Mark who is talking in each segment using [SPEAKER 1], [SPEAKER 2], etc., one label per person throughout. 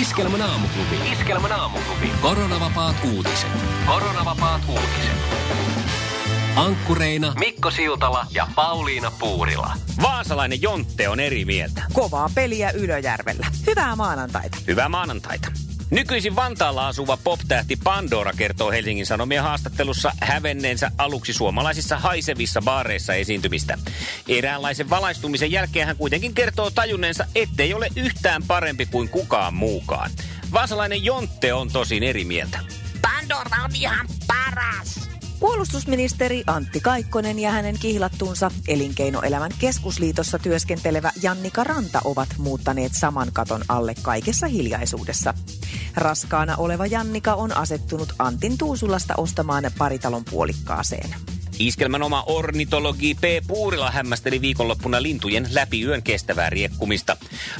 [SPEAKER 1] Iskelmän aamuklubi. Iskelmän aamuklubi. Koronavapaat uutiset. Koronavapaat uutiset. Ankkureina Mikko Siltala ja Pauliina Puurila.
[SPEAKER 2] Vaasalainen Jontte on eri mieltä.
[SPEAKER 3] Kovaa peliä Ylöjärvellä. Hyvää maanantaita.
[SPEAKER 2] Hyvää maanantaita. Nykyisin Vantaalla asuva poptähti Pandora kertoo Helsingin Sanomien haastattelussa hävenneensä aluksi suomalaisissa haisevissa baareissa esiintymistä. Eräänlaisen valaistumisen jälkeen hän kuitenkin kertoo tajunneensa, ettei ole yhtään parempi kuin kukaan muukaan. Vaasalainen Jontte on tosin eri mieltä.
[SPEAKER 4] Pandora on ihan paras.
[SPEAKER 3] Puolustusministeri Antti Kaikkonen ja hänen kihlattuunsa Elinkeinoelämän keskusliitossa työskentelevä Jannika Ranta ovat muuttaneet saman katon alle kaikessa hiljaisuudessa. Raskaana oleva Jannika on asettunut Antin Tuusulasta ostamaan paritalon puolikkaaseen.
[SPEAKER 2] Iskelmän oma ornitologi P. Puurila hämmästeli viikonloppuna lintujen läpi yön kestävää riekkumista.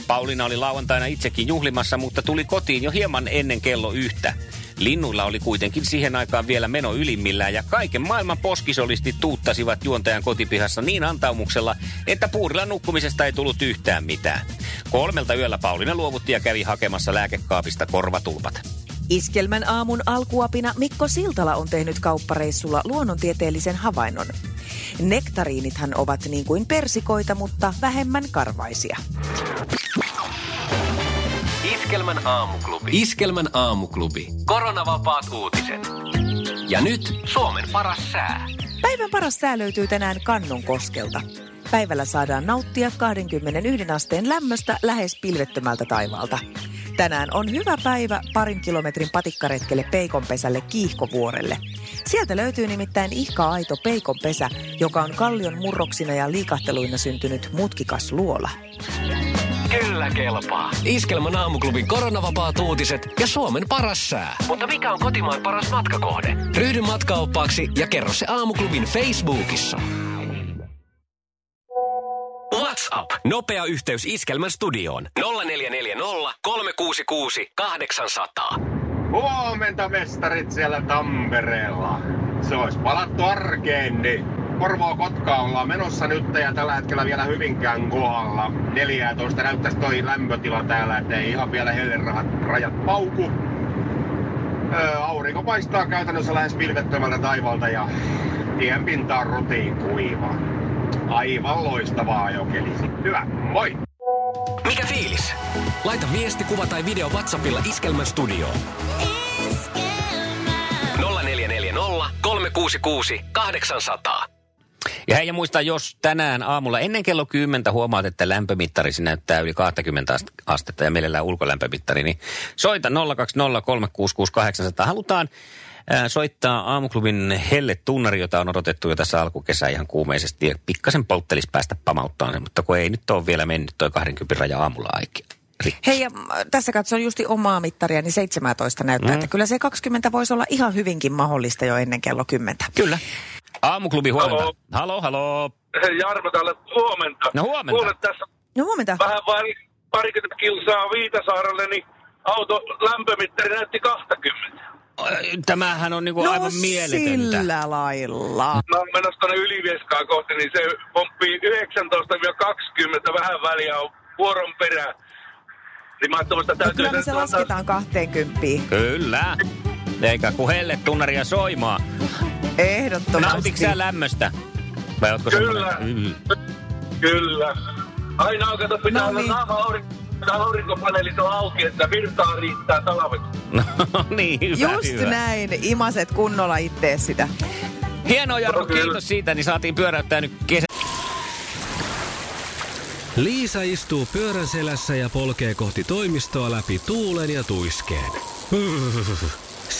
[SPEAKER 2] Pauliina oli lauantaina itsekin juhlimassa, mutta tuli kotiin jo hieman ennen kello yhtä. Linnuilla oli kuitenkin siihen aikaan vielä meno ylimmillään ja kaiken maailman poskisolisti tuuttasivat juontajan kotipihassa niin antaumuksella, että Puurilan nukkumisesta ei tullut yhtään mitään. Kolmelta yöllä Pauliina luovutti ja kävi hakemassa lääkekaapista korvatulpat.
[SPEAKER 3] Iskelmän aamun alkuapina Mikko Siltala on tehnyt kauppareissulla luonnontieteellisen havainnon. Nektariinithan ovat niin kuin persikoita, mutta vähemmän karvaisia.
[SPEAKER 1] Iskelmän aamuklubi.
[SPEAKER 2] Iskelmän aamuklubi.
[SPEAKER 1] Koronavapaat uutiset.
[SPEAKER 2] Ja nyt
[SPEAKER 1] Suomen paras sää.
[SPEAKER 3] Päivän paras sää löytyy tänään Kannon koskelta. Päivällä saadaan nauttia 21 asteen lämmöstä lähes pilvettömältä taivaalta. Tänään on hyvä päivä parin kilometrin patikkaretkelle Peikonpesälle Kiihkovuorelle. Sieltä löytyy nimittäin ihka-aito Peikonpesä, joka on kallion murroksina ja liikahteluina syntynyt mutkikas luola.
[SPEAKER 1] Kyllä kelpaa.
[SPEAKER 2] Iskelmän aamuklubin koronavapaat uutiset ja Suomen paras sää.
[SPEAKER 1] Mutta mikä on kotimaan paras matkakohde?
[SPEAKER 2] Ryhdy matkaoppaaksi ja kerro se aamuklubin Facebookissa.
[SPEAKER 1] WhatsApp. Nopea yhteys Iskelmän studioon. 0440 366 800.
[SPEAKER 5] Huomenta mestarit siellä Tampereella. Se olisi palattu arkeen, niin Porvoo Kotka ollaan menossa nyt ja tällä hetkellä vielä hyvinkään kohdalla. 14 näyttäisi toi lämpötila täällä, ettei ihan vielä hellerajat rajat pauku. Öö, aurinko paistaa käytännössä lähes pilvettömältä taivalta ja tien pinta on rutiin kuiva. Aivan loistavaa jokeli. Hyvä, moi!
[SPEAKER 1] Mikä fiilis?
[SPEAKER 2] Laita viesti, kuva tai video WhatsAppilla Iskelmän studioon.
[SPEAKER 1] 0440 366 800.
[SPEAKER 2] Ja hei, ja muista, jos tänään aamulla ennen kello 10 huomaat, että lämpömittarisi näyttää yli 20 ast- astetta ja mielellään ulkolämpömittari, niin soita 020366800. Halutaan ää, soittaa aamuklubin helle tunnari, jota on odotettu jo tässä alkukesä ihan kuumeisesti. Ja pikkasen polttelis päästä pamauttaan, se, mutta kun ei nyt ole vielä mennyt toi 20 raja aamulla aikia.
[SPEAKER 3] Hei, ja mm, tässä katson justi omaa mittaria, niin 17 näyttää, mm. että kyllä se 20 voisi olla ihan hyvinkin mahdollista jo ennen kello 10.
[SPEAKER 2] Kyllä. Aamuklubi huomenta.
[SPEAKER 6] Halo.
[SPEAKER 2] Halo, halo.
[SPEAKER 6] Hei Jarmo täällä, huomenta.
[SPEAKER 2] No huomenta.
[SPEAKER 6] Kuule tässä
[SPEAKER 3] No huomenta.
[SPEAKER 6] vähän vain parikymmentä kilsaa Viitasaarelle, niin auto lämpömittari näytti 20.
[SPEAKER 2] Tämähän on niinku
[SPEAKER 3] No
[SPEAKER 2] aivan mieletöntä. Mm.
[SPEAKER 3] sillä lailla.
[SPEAKER 6] Mä oon menossa tuonne Ylivieskaa kohti, niin se pomppii 19-20, vähän väliä on vuoron perään. Niin mä ajattelin, että
[SPEAKER 3] No
[SPEAKER 6] täytyy...
[SPEAKER 3] kyllä me se
[SPEAKER 6] sen tuota-
[SPEAKER 3] lasketaan 20.
[SPEAKER 2] Kyllä. Eikä kun helle tunnaria soimaan. Nautitko
[SPEAKER 3] Ehdottomasti.
[SPEAKER 2] sä lämmöstä? Vai ootko
[SPEAKER 6] Kyllä.
[SPEAKER 2] semmoinen- Mm.
[SPEAKER 6] Kyllä. Aina on, kato, pitää
[SPEAKER 3] No
[SPEAKER 6] olla
[SPEAKER 3] niin.
[SPEAKER 6] naama aurinko, aurinkopaneelit on auki, että virtaa riittää talveksi.
[SPEAKER 2] No niin, hyvä,
[SPEAKER 3] Just
[SPEAKER 2] hyvä.
[SPEAKER 3] näin, imaset kunnolla ittees sitä.
[SPEAKER 2] Hienoa Jarno,
[SPEAKER 6] No kyllä.
[SPEAKER 2] kiitos siitä, niin saatiin pyöräyttää nyt kesä.
[SPEAKER 1] Liisa istuu pyörän selässä ja polkee kohti toimistoa läpi tuulen ja tuiskeen.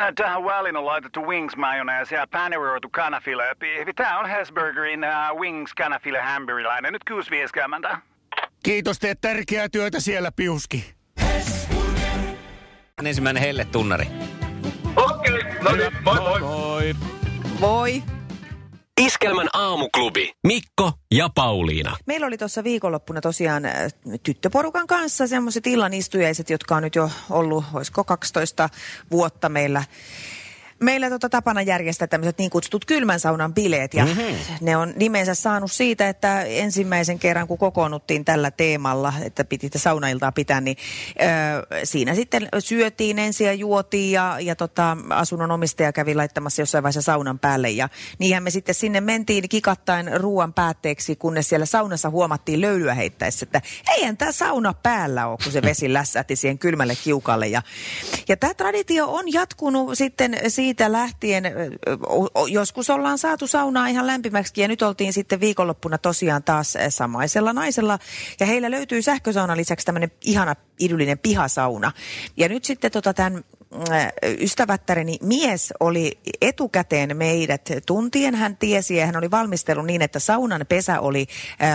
[SPEAKER 7] Äh, Tähän väliin on laitettu wings mayonnaise ja paneroitu kanafila. Tämä on Hesburgerin uh, wings kanafila hamburilainen. Nyt kuusi vieskäämäntä.
[SPEAKER 8] Kiitos, teet tärkeää työtä siellä, Piuski.
[SPEAKER 2] Ensimmäinen helle tunnari.
[SPEAKER 6] Okei, no niin, moi moi.
[SPEAKER 3] Voi.
[SPEAKER 1] Iskelmän aamuklubi. Mikko ja Pauliina.
[SPEAKER 3] Meillä oli tuossa viikonloppuna tosiaan äh, tyttöporukan kanssa semmoiset illan istujaiset, jotka on nyt jo ollut, olisiko 12 vuotta meillä. Meillä tota tapana järjestää tämmöiset niin kutsutut kylmän saunan bileet ja mm-hmm. ne on nimensä saanut siitä, että ensimmäisen kerran kun kokoonnuttiin tällä teemalla, että piti tätä saunailtaa pitää, niin ö, siinä sitten syötiin ensin ja juotiin ja, ja tota, asunnon omistaja kävi laittamassa jossain vaiheessa saunan päälle ja niinhän me sitten sinne mentiin kikattain ruoan päätteeksi, kunnes siellä saunassa huomattiin löylyä heittäessä, että eihän tämä sauna päällä ole, kun se vesi lässähti siihen kylmälle kiukalle ja, ja tämä traditio on jatkunut sitten siitä lähtien, ö, o- o- joskus ollaan saatu saunaa ihan lämpimäksi ja nyt oltiin sitten viikonloppuna tosiaan taas ö, samaisella naisella. Ja heillä löytyy sähkösaunan lisäksi tämmöinen ihana idyllinen pihasauna. Ja nyt sitten tota tämän ystävättäreni mies oli etukäteen meidät tuntien. Hän tiesi ja hän oli valmistellut niin, että saunan pesä oli äh,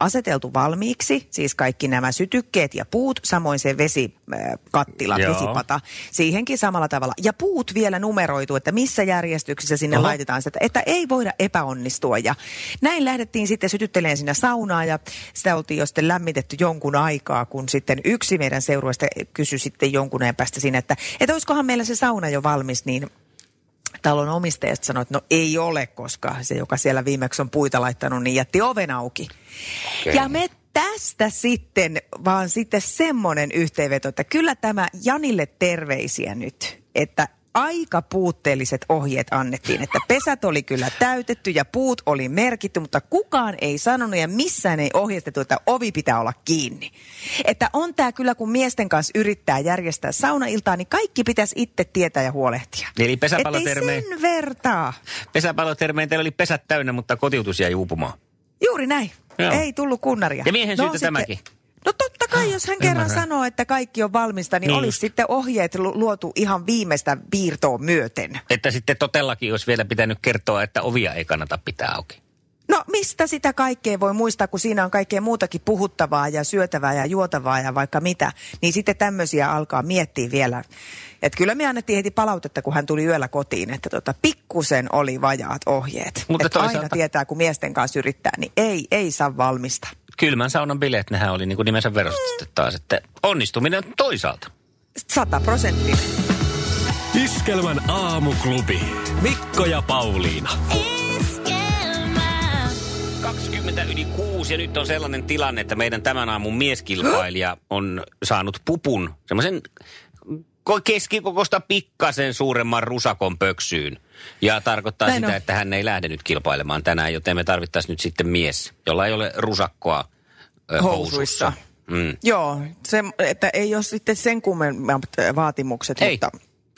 [SPEAKER 3] aseteltu valmiiksi, siis kaikki nämä sytykkeet ja puut, samoin se vesikattila,
[SPEAKER 2] Joo.
[SPEAKER 3] vesipata pata. Siihenkin samalla tavalla. Ja puut vielä numeroitu, että missä järjestyksessä sinne
[SPEAKER 2] Aha.
[SPEAKER 3] laitetaan sitä, että ei voida epäonnistua. Ja näin lähdettiin sitten sytytteleen sinne saunaa ja sitä oltiin jo sitten lämmitetty jonkun aikaa, kun sitten yksi meidän seurueesta kysyi sitten jonkun ajan päästä siinä, että, että olisikohan meillä se sauna jo valmis, niin talon omistajasta sanoi, että no ei ole, koska se, joka siellä viimeksi on puita laittanut, niin jätti oven auki. Okay. Ja me tästä sitten vaan sitten semmoinen yhteenveto, että kyllä tämä Janille terveisiä nyt, että aika puutteelliset ohjeet annettiin, että pesät oli kyllä täytetty ja puut oli merkitty, mutta kukaan ei sanonut ja missään ei ohjeistettu, että ovi pitää olla kiinni. Että on tämä kyllä, kun miesten kanssa yrittää järjestää saunailtaa, niin kaikki pitäisi itse tietää ja huolehtia.
[SPEAKER 2] Eli pesäpallotermein,
[SPEAKER 3] Ettei sen vertaa.
[SPEAKER 2] pesäpallotermein teillä oli pesät täynnä, mutta kotiutus jäi uupumaan.
[SPEAKER 3] Juuri näin.
[SPEAKER 2] Joo.
[SPEAKER 3] Joo. Ei tullut kunnaria.
[SPEAKER 2] Ja miehen syytä tämäkin.
[SPEAKER 3] No totta kai, jos hän kerran sanoo, että kaikki on valmista, niin,
[SPEAKER 2] Niin
[SPEAKER 3] niin olisi
[SPEAKER 2] just.
[SPEAKER 3] sitten ohjeet lu- luotu ihan viimeistä piirtoa myöten.
[SPEAKER 2] Että sitten totellakin olisi vielä pitänyt kertoa, että ovia ei kannata pitää auki.
[SPEAKER 3] No mistä sitä kaikkea voi muistaa, kun siinä on kaikkea muutakin puhuttavaa ja syötävää ja juotavaa ja vaikka mitä. Niin sitten tämmöisiä alkaa miettiä vielä. Et kyllä me annettiin heti palautetta, kun hän tuli yöllä kotiin, että tota, pikkusen oli vajaat ohjeet.
[SPEAKER 2] Mutta
[SPEAKER 3] Mutta Et aina
[SPEAKER 2] toisaalta-
[SPEAKER 3] tietää, kun miesten kanssa yrittää, niin ei, ei saa valmista.
[SPEAKER 2] Kylmän saunan bileet, nehän oli niin kuin nimensä verosta sitten taas, että onnistuminen on toisaalta.
[SPEAKER 3] Sata prosenttia.
[SPEAKER 1] Iskelmän aamuklubi. Mikko ja Pauliina.
[SPEAKER 2] 20 yli 6 ja nyt on sellainen tilanne, että meidän tämän aamun mieskilpailija on saanut pupun, semmoisen keskikokosta pikkasen suuremman rusakon pöksyyn. Ja tarkoittaa
[SPEAKER 3] Näin
[SPEAKER 2] sitä,
[SPEAKER 3] on.
[SPEAKER 2] että hän ei lähde nyt kilpailemaan tänään, joten me tarvittaisiin nyt sitten mies, jolla ei ole rusakkoa ö, housussa.
[SPEAKER 3] Housuissa.
[SPEAKER 2] Mm.
[SPEAKER 3] Joo, se, että ei ole sitten sen kummemmat vaatimukset,
[SPEAKER 2] Ei,
[SPEAKER 3] mutta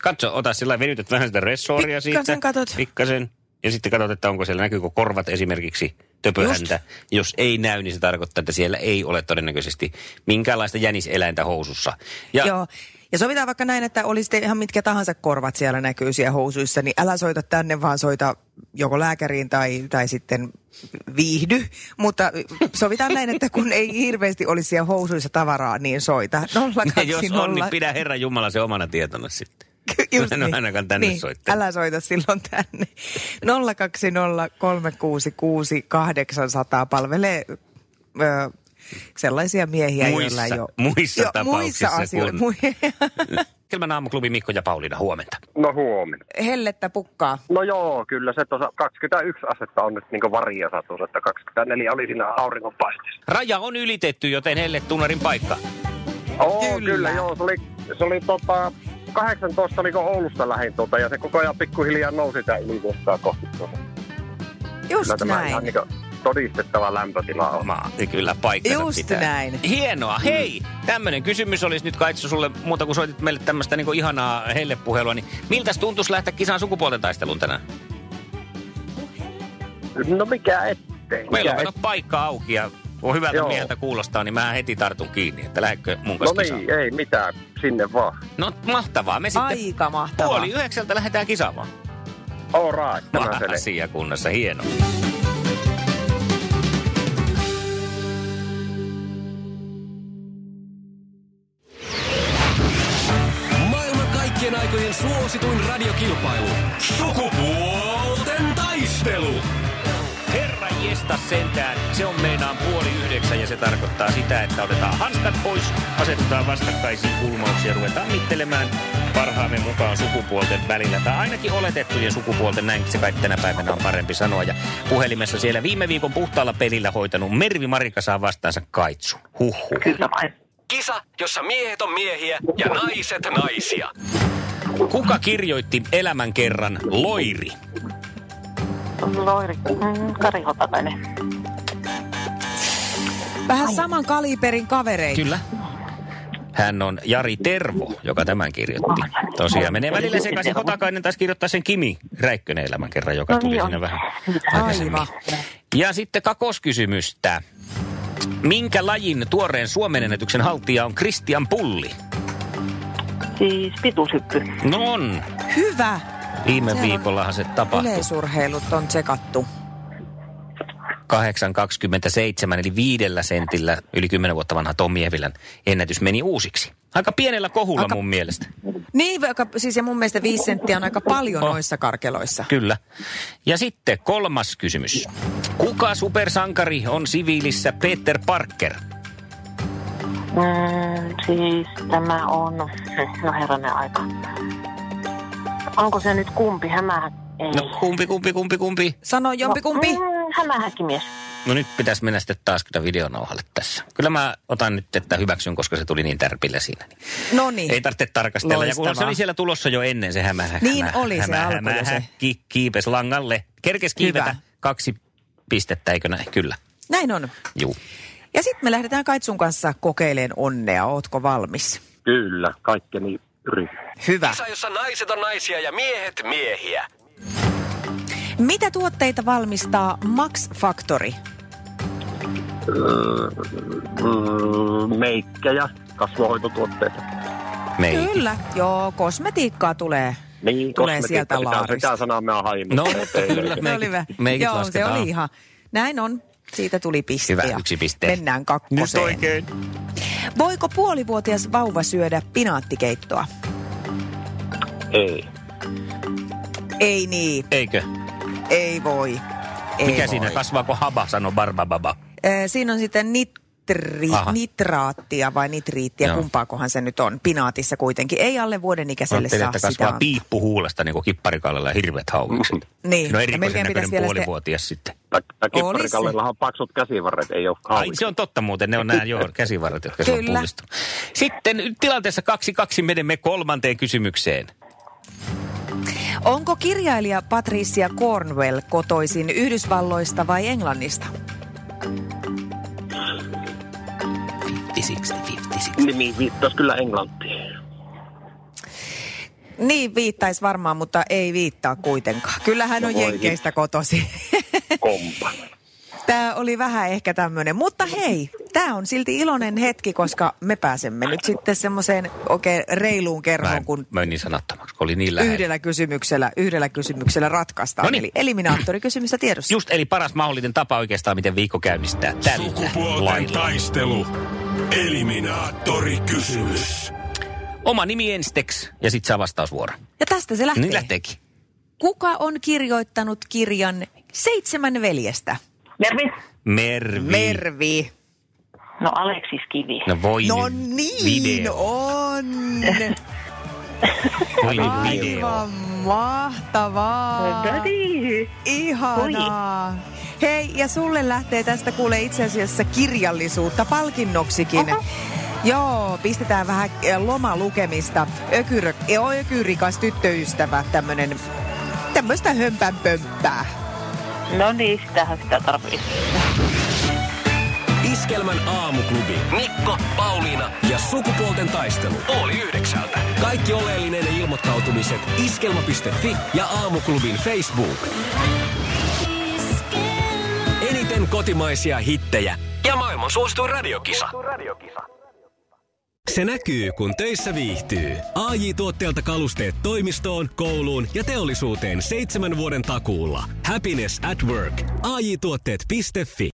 [SPEAKER 2] katso, ota sillä lailla, venytät vähän sitä ressoria
[SPEAKER 3] Pikkasen
[SPEAKER 2] siitä.
[SPEAKER 3] katot.
[SPEAKER 2] Pikkasen Ja sitten katsot, että onko siellä, näkyykö korvat esimerkiksi töpöhäntä. Jos ei näy, niin se tarkoittaa, että siellä ei ole todennäköisesti minkäänlaista jäniseläintä housussa. Ja
[SPEAKER 3] ja. joo. Ja sovitaan vaikka näin, että oli sitten ihan mitkä tahansa korvat siellä näkyy siellä housuissa, niin älä soita tänne, vaan soita joko lääkäriin tai, tai sitten viihdy. Mutta sovitaan näin, että kun ei hirveästi olisi siellä housuissa tavaraa, niin soita. 020.
[SPEAKER 2] jos on, niin pidä Herra Jumala se omana tietona sitten.
[SPEAKER 3] Just
[SPEAKER 2] Mä en ole ainakaan tänne
[SPEAKER 3] niin.
[SPEAKER 2] soittanut.
[SPEAKER 3] Älä soita silloin tänne. 020366800 palvelee ö, sellaisia miehiä,
[SPEAKER 2] Muissa-
[SPEAKER 3] joilla jo...
[SPEAKER 2] muissa
[SPEAKER 3] jo, muissa
[SPEAKER 2] tapauksissa
[SPEAKER 3] asioilla.
[SPEAKER 2] kuin-
[SPEAKER 3] Mu-
[SPEAKER 2] Kelman aamuklubi Mikko ja Pauliina, huomenta.
[SPEAKER 9] No huomenna.
[SPEAKER 3] Hellettä pukkaa.
[SPEAKER 9] No joo, kyllä se tuossa 21 asetta on nyt niin varjassa tuossa, että 24 oli siinä auringonpaisteessa.
[SPEAKER 2] Raja on ylitetty, joten helle tunnarin paikka.
[SPEAKER 9] Oo,
[SPEAKER 3] Kyllä.
[SPEAKER 9] kyllä. kyllä joo, se oli, se oli tota, 18 oliko Oulusta lähin tuota, ja se koko ajan pikkuhiljaa nousi tämä ylivuottaa kohti tuota.
[SPEAKER 3] Just
[SPEAKER 9] Kyllä tämä
[SPEAKER 3] näin.
[SPEAKER 9] ihan niin todistettava lämpötila on.
[SPEAKER 2] Maa. Niin Kyllä paikkansa
[SPEAKER 3] Just
[SPEAKER 2] pitää.
[SPEAKER 3] näin.
[SPEAKER 2] Hienoa. Hei, tämmöinen kysymys olisi nyt Kaitsu sulle muuta kuin soitit meille tämmöistä niin ihanaa hellepuhelua. Niin miltäs tuntuisi lähteä kisaan sukupuolten taisteluun tänään?
[SPEAKER 9] No mikä ettei.
[SPEAKER 2] Meillä
[SPEAKER 9] mikä
[SPEAKER 2] on kato paikka auki ja kun hyvältä
[SPEAKER 9] Joo.
[SPEAKER 2] mieltä kuulostaa, niin mä heti tartun kiinni, että lähdekö mun
[SPEAKER 9] No
[SPEAKER 2] kanssa kisaan.
[SPEAKER 9] niin, ei mitään. Sinne vaan.
[SPEAKER 2] No mahtavaa. Me sitten
[SPEAKER 3] Aika mahtavaa.
[SPEAKER 2] puoli yhdeksältä lähdetään kisaamaan.
[SPEAKER 9] All right. Tämä
[SPEAKER 2] Vaan
[SPEAKER 9] selvä.
[SPEAKER 2] Asia kunnossa, hieno.
[SPEAKER 1] Maailman kaikkien aikojen suosituin radiokilpailu. Sukupuolten taistelu.
[SPEAKER 2] Herra jesta sentään, se on meinaan puoli yhdeksän ja se tarkoittaa sitä, että otetaan hanskat pois, asetutaan vastakkaisiin kulmauksiin ja ruvetaan mittelemään parhaamme mukaan sukupuolten välillä. Tai ainakin oletettujen sukupuolten, näinkin se kai tänä päivänä on parempi sanoa. Ja puhelimessa siellä viime viikon puhtaalla pelillä hoitanut Mervi Marika saa vastaansa kaitsu. Huhhuh.
[SPEAKER 1] Kisa, jossa miehet on miehiä ja naiset naisia.
[SPEAKER 2] Kuka kirjoitti elämän kerran Loiri?
[SPEAKER 10] Loiri, mm, Kari Hotakainen.
[SPEAKER 3] Vähän saman kaliberin kavereita.
[SPEAKER 2] Kyllä. Hän on Jari Tervo, joka tämän kirjoitti. Tosiaan menee välillä sekaisin. Hotakainen taisi kirjoittaa sen Kimi Räikkönen elämän kerran, joka
[SPEAKER 10] No
[SPEAKER 2] tuli
[SPEAKER 10] niin
[SPEAKER 2] sinne
[SPEAKER 10] on.
[SPEAKER 2] vähän aikaisemmin.
[SPEAKER 3] Aivan.
[SPEAKER 2] Ja sitten kakoskysymystä. Minkä lajin tuoreen Suomen ennätyksen haltija on Christian Pulli?
[SPEAKER 10] Siis pituushyppy.
[SPEAKER 2] No on.
[SPEAKER 3] Hyvä.
[SPEAKER 2] Viime
[SPEAKER 3] Siellä on
[SPEAKER 2] viikollahan se tapahtui.
[SPEAKER 3] Yleisurheilut on tsekattu.
[SPEAKER 2] 8,27 eli viidellä sentillä yli 10 vuotta vanha Tommi Evilän ennätys meni uusiksi. Aika pienellä kohulla
[SPEAKER 3] Aika-
[SPEAKER 2] mun mielestä.
[SPEAKER 3] Niin, vaikka- siis ja mun mielestä viisi senttiä on aika paljon noissa karkeloissa.
[SPEAKER 2] Kyllä. Ja sitten kolmas kysymys. Kuka supersankari on siviilissä Peter Parker?
[SPEAKER 10] Mm, siis tämä on, no herranen aika. Onko se nyt kumpi hämähä? Ei.
[SPEAKER 2] No kumpi, kumpi, kumpi, kumpi?
[SPEAKER 3] Sano jompikumpi.
[SPEAKER 10] No, mm, hämähäkkimies.
[SPEAKER 2] No nyt pitäisi mennä sitten taas kyllä videonauhalle tässä. Kyllä mä otan nyt, että hyväksyn, koska se tuli niin tärpillä siinä.
[SPEAKER 3] No
[SPEAKER 2] Ei
[SPEAKER 3] niin.
[SPEAKER 2] tarvitse tarkastella. Ja kun se
[SPEAKER 3] Loistavaa.
[SPEAKER 2] oli siellä tulossa jo ennen se hämä,
[SPEAKER 3] Niin
[SPEAKER 2] hämä,
[SPEAKER 3] oli se
[SPEAKER 2] hämä,
[SPEAKER 3] alku jo
[SPEAKER 2] hämä,
[SPEAKER 3] se.
[SPEAKER 2] häkki, kiipes langalle. Kerkes kiivetä
[SPEAKER 3] Hyvä.
[SPEAKER 2] kaksi pistettä, eikö näin? Kyllä.
[SPEAKER 3] Näin on.
[SPEAKER 2] Juu.
[SPEAKER 3] Ja sitten me lähdetään Kaitsun kanssa kokeileen onnea. Ootko valmis?
[SPEAKER 9] Kyllä, kaikkeni yrittää.
[SPEAKER 3] Hyvä.
[SPEAKER 1] Kisa, jossa naiset on naisia ja miehet miehiä.
[SPEAKER 3] Mitä tuotteita valmistaa Max Factory?
[SPEAKER 9] Öö, mm, meikkejä, kasvohoitotuotteita.
[SPEAKER 2] Meikin.
[SPEAKER 3] Kyllä. Joo, kosmetiikkaa tulee.
[SPEAKER 9] Niin,
[SPEAKER 3] Tulee
[SPEAKER 9] kosmetiikka,
[SPEAKER 3] sieltä
[SPEAKER 9] sitä-
[SPEAKER 3] laarista.
[SPEAKER 9] Sitä sanaa mä hain.
[SPEAKER 2] No,
[SPEAKER 9] mutta
[SPEAKER 2] mutta
[SPEAKER 9] ei
[SPEAKER 2] kyllä.
[SPEAKER 9] löydy.
[SPEAKER 3] Se
[SPEAKER 2] Meikit-
[SPEAKER 3] oli hyvä.
[SPEAKER 2] meikit
[SPEAKER 3] Joo, se
[SPEAKER 2] lasketaan.
[SPEAKER 3] oli ihan. Näin on. Siitä tuli piste.
[SPEAKER 2] Hyvä, yksi piste.
[SPEAKER 3] Mennään kakkoseen. Voiko puolivuotias vauva syödä pinaattikeittoa?
[SPEAKER 9] Ei.
[SPEAKER 3] Ei niin,
[SPEAKER 2] Eikö?
[SPEAKER 3] ei voi. Ei
[SPEAKER 2] Mikä
[SPEAKER 3] voi.
[SPEAKER 2] siinä? Kasvaako haba, sanoi Barbababa.
[SPEAKER 3] Ö, Siinä on sitten nitri,
[SPEAKER 2] Aha.
[SPEAKER 3] nitraattia vai nitriittiä,
[SPEAKER 2] Joo.
[SPEAKER 3] Joo. kumpaakohan se nyt on. Pinaatissa kuitenkin. Ei alle vuoden ikäiselle
[SPEAKER 2] Ajattelin,
[SPEAKER 3] saa
[SPEAKER 2] että
[SPEAKER 3] sitä.
[SPEAKER 2] kasvaa
[SPEAKER 3] antaa.
[SPEAKER 2] piippu huulesta niin kuin kipparikallella ja hirveät haukukset.
[SPEAKER 3] Niin.
[SPEAKER 2] No
[SPEAKER 3] Ja
[SPEAKER 2] erikoisen
[SPEAKER 3] melkein
[SPEAKER 2] näköinen
[SPEAKER 3] pitäisi vielä sitä-
[SPEAKER 2] puolivuotias sitten.
[SPEAKER 9] Tä- tää
[SPEAKER 3] Olisi.
[SPEAKER 9] Kipparikallahan on paksut käsivarret, ei ole
[SPEAKER 2] Ai,
[SPEAKER 9] kaunis.
[SPEAKER 2] se on totta muuten, ne on nämä joo, käsivarret, jotka se on
[SPEAKER 3] Kyllä.
[SPEAKER 2] pullistu. Sitten tilanteessa 2-2 menemme kolmanteen kysymykseen.
[SPEAKER 3] Onko kirjailija Patricia Cornwell kotoisin Yhdysvalloista vai Englannista?
[SPEAKER 2] 50-60, 50-60.
[SPEAKER 9] Nimi viittasi kyllä englantiin.
[SPEAKER 3] Niin, viittaisi varmaan, mutta ei viittaa kuitenkaan. Kyllähän
[SPEAKER 9] No
[SPEAKER 3] on
[SPEAKER 9] voi
[SPEAKER 3] Jenkeistä kotosi.
[SPEAKER 9] Kompa.
[SPEAKER 3] Tämä oli vähän ehkä tämmöinen, mutta hei, tämä on silti iloinen hetki, koska me pääsemme nyt sitten semmoiseen oikein reiluun
[SPEAKER 2] Mä
[SPEAKER 3] kerhoon,
[SPEAKER 2] en-
[SPEAKER 3] kun
[SPEAKER 2] menin sanattomaksi, kun oli niin lähellä.
[SPEAKER 3] yhdellä kysymyksellä, yhdellä kysymyksellä ratkaistaan.
[SPEAKER 2] Noniin.
[SPEAKER 3] Eli eliminaattorikysymystä tiedossa.
[SPEAKER 2] No niin. Just eli paras mahdollinen tapa oikeastaan, miten viikko käynnistää tällä
[SPEAKER 11] Sukupuolten
[SPEAKER 2] lailla.
[SPEAKER 11] taistelu. Eliminaattori kysymys.
[SPEAKER 2] Oma nimi ensteks ja sit saa vastausvuoro.
[SPEAKER 3] Ja tästä se lähtee.
[SPEAKER 2] Niin lähteekin.
[SPEAKER 3] Kuka on kirjoittanut kirjan Seitsemän veljestä?
[SPEAKER 10] Mervi?
[SPEAKER 2] Mervi. Niin.
[SPEAKER 3] Mervi.
[SPEAKER 10] No Aleksis Kivi.
[SPEAKER 2] No voi
[SPEAKER 3] No
[SPEAKER 2] nyt.
[SPEAKER 3] niin
[SPEAKER 2] video.
[SPEAKER 3] on.
[SPEAKER 2] Voi nyt video.
[SPEAKER 3] Aivan
[SPEAKER 2] No.
[SPEAKER 3] mahtavaa. Ihanaa. Hei, ja sulle lähtee tästä kuule itse asiassa kirjallisuutta palkinnoksikin. Joo, pistetään vähän eh, lomalukemista. Ökyrö, eh, on ökyrikas tyttöystävä, tämmönen, tämmöistä hömpänpömppää.
[SPEAKER 10] No niin, sitähän sitä tarvitsee.
[SPEAKER 1] Iskelmän aamuklubi. Mikko, Pauliina ja sukupuolten taistelu. Oli yhdeksältä. Kaikki oleellinen ilmoittautumiset iskelma.fi ja aamuklubin Facebook. Eniten kotimaisia hittejä ja maailman suosituin radiokisa. Se näkyy, kun töissä viihtyy. ai tuotteelta kalusteet toimistoon, kouluun ja teollisuuteen seitsemän vuoden takuulla. Happiness at work. AJ-tuotteet.fi.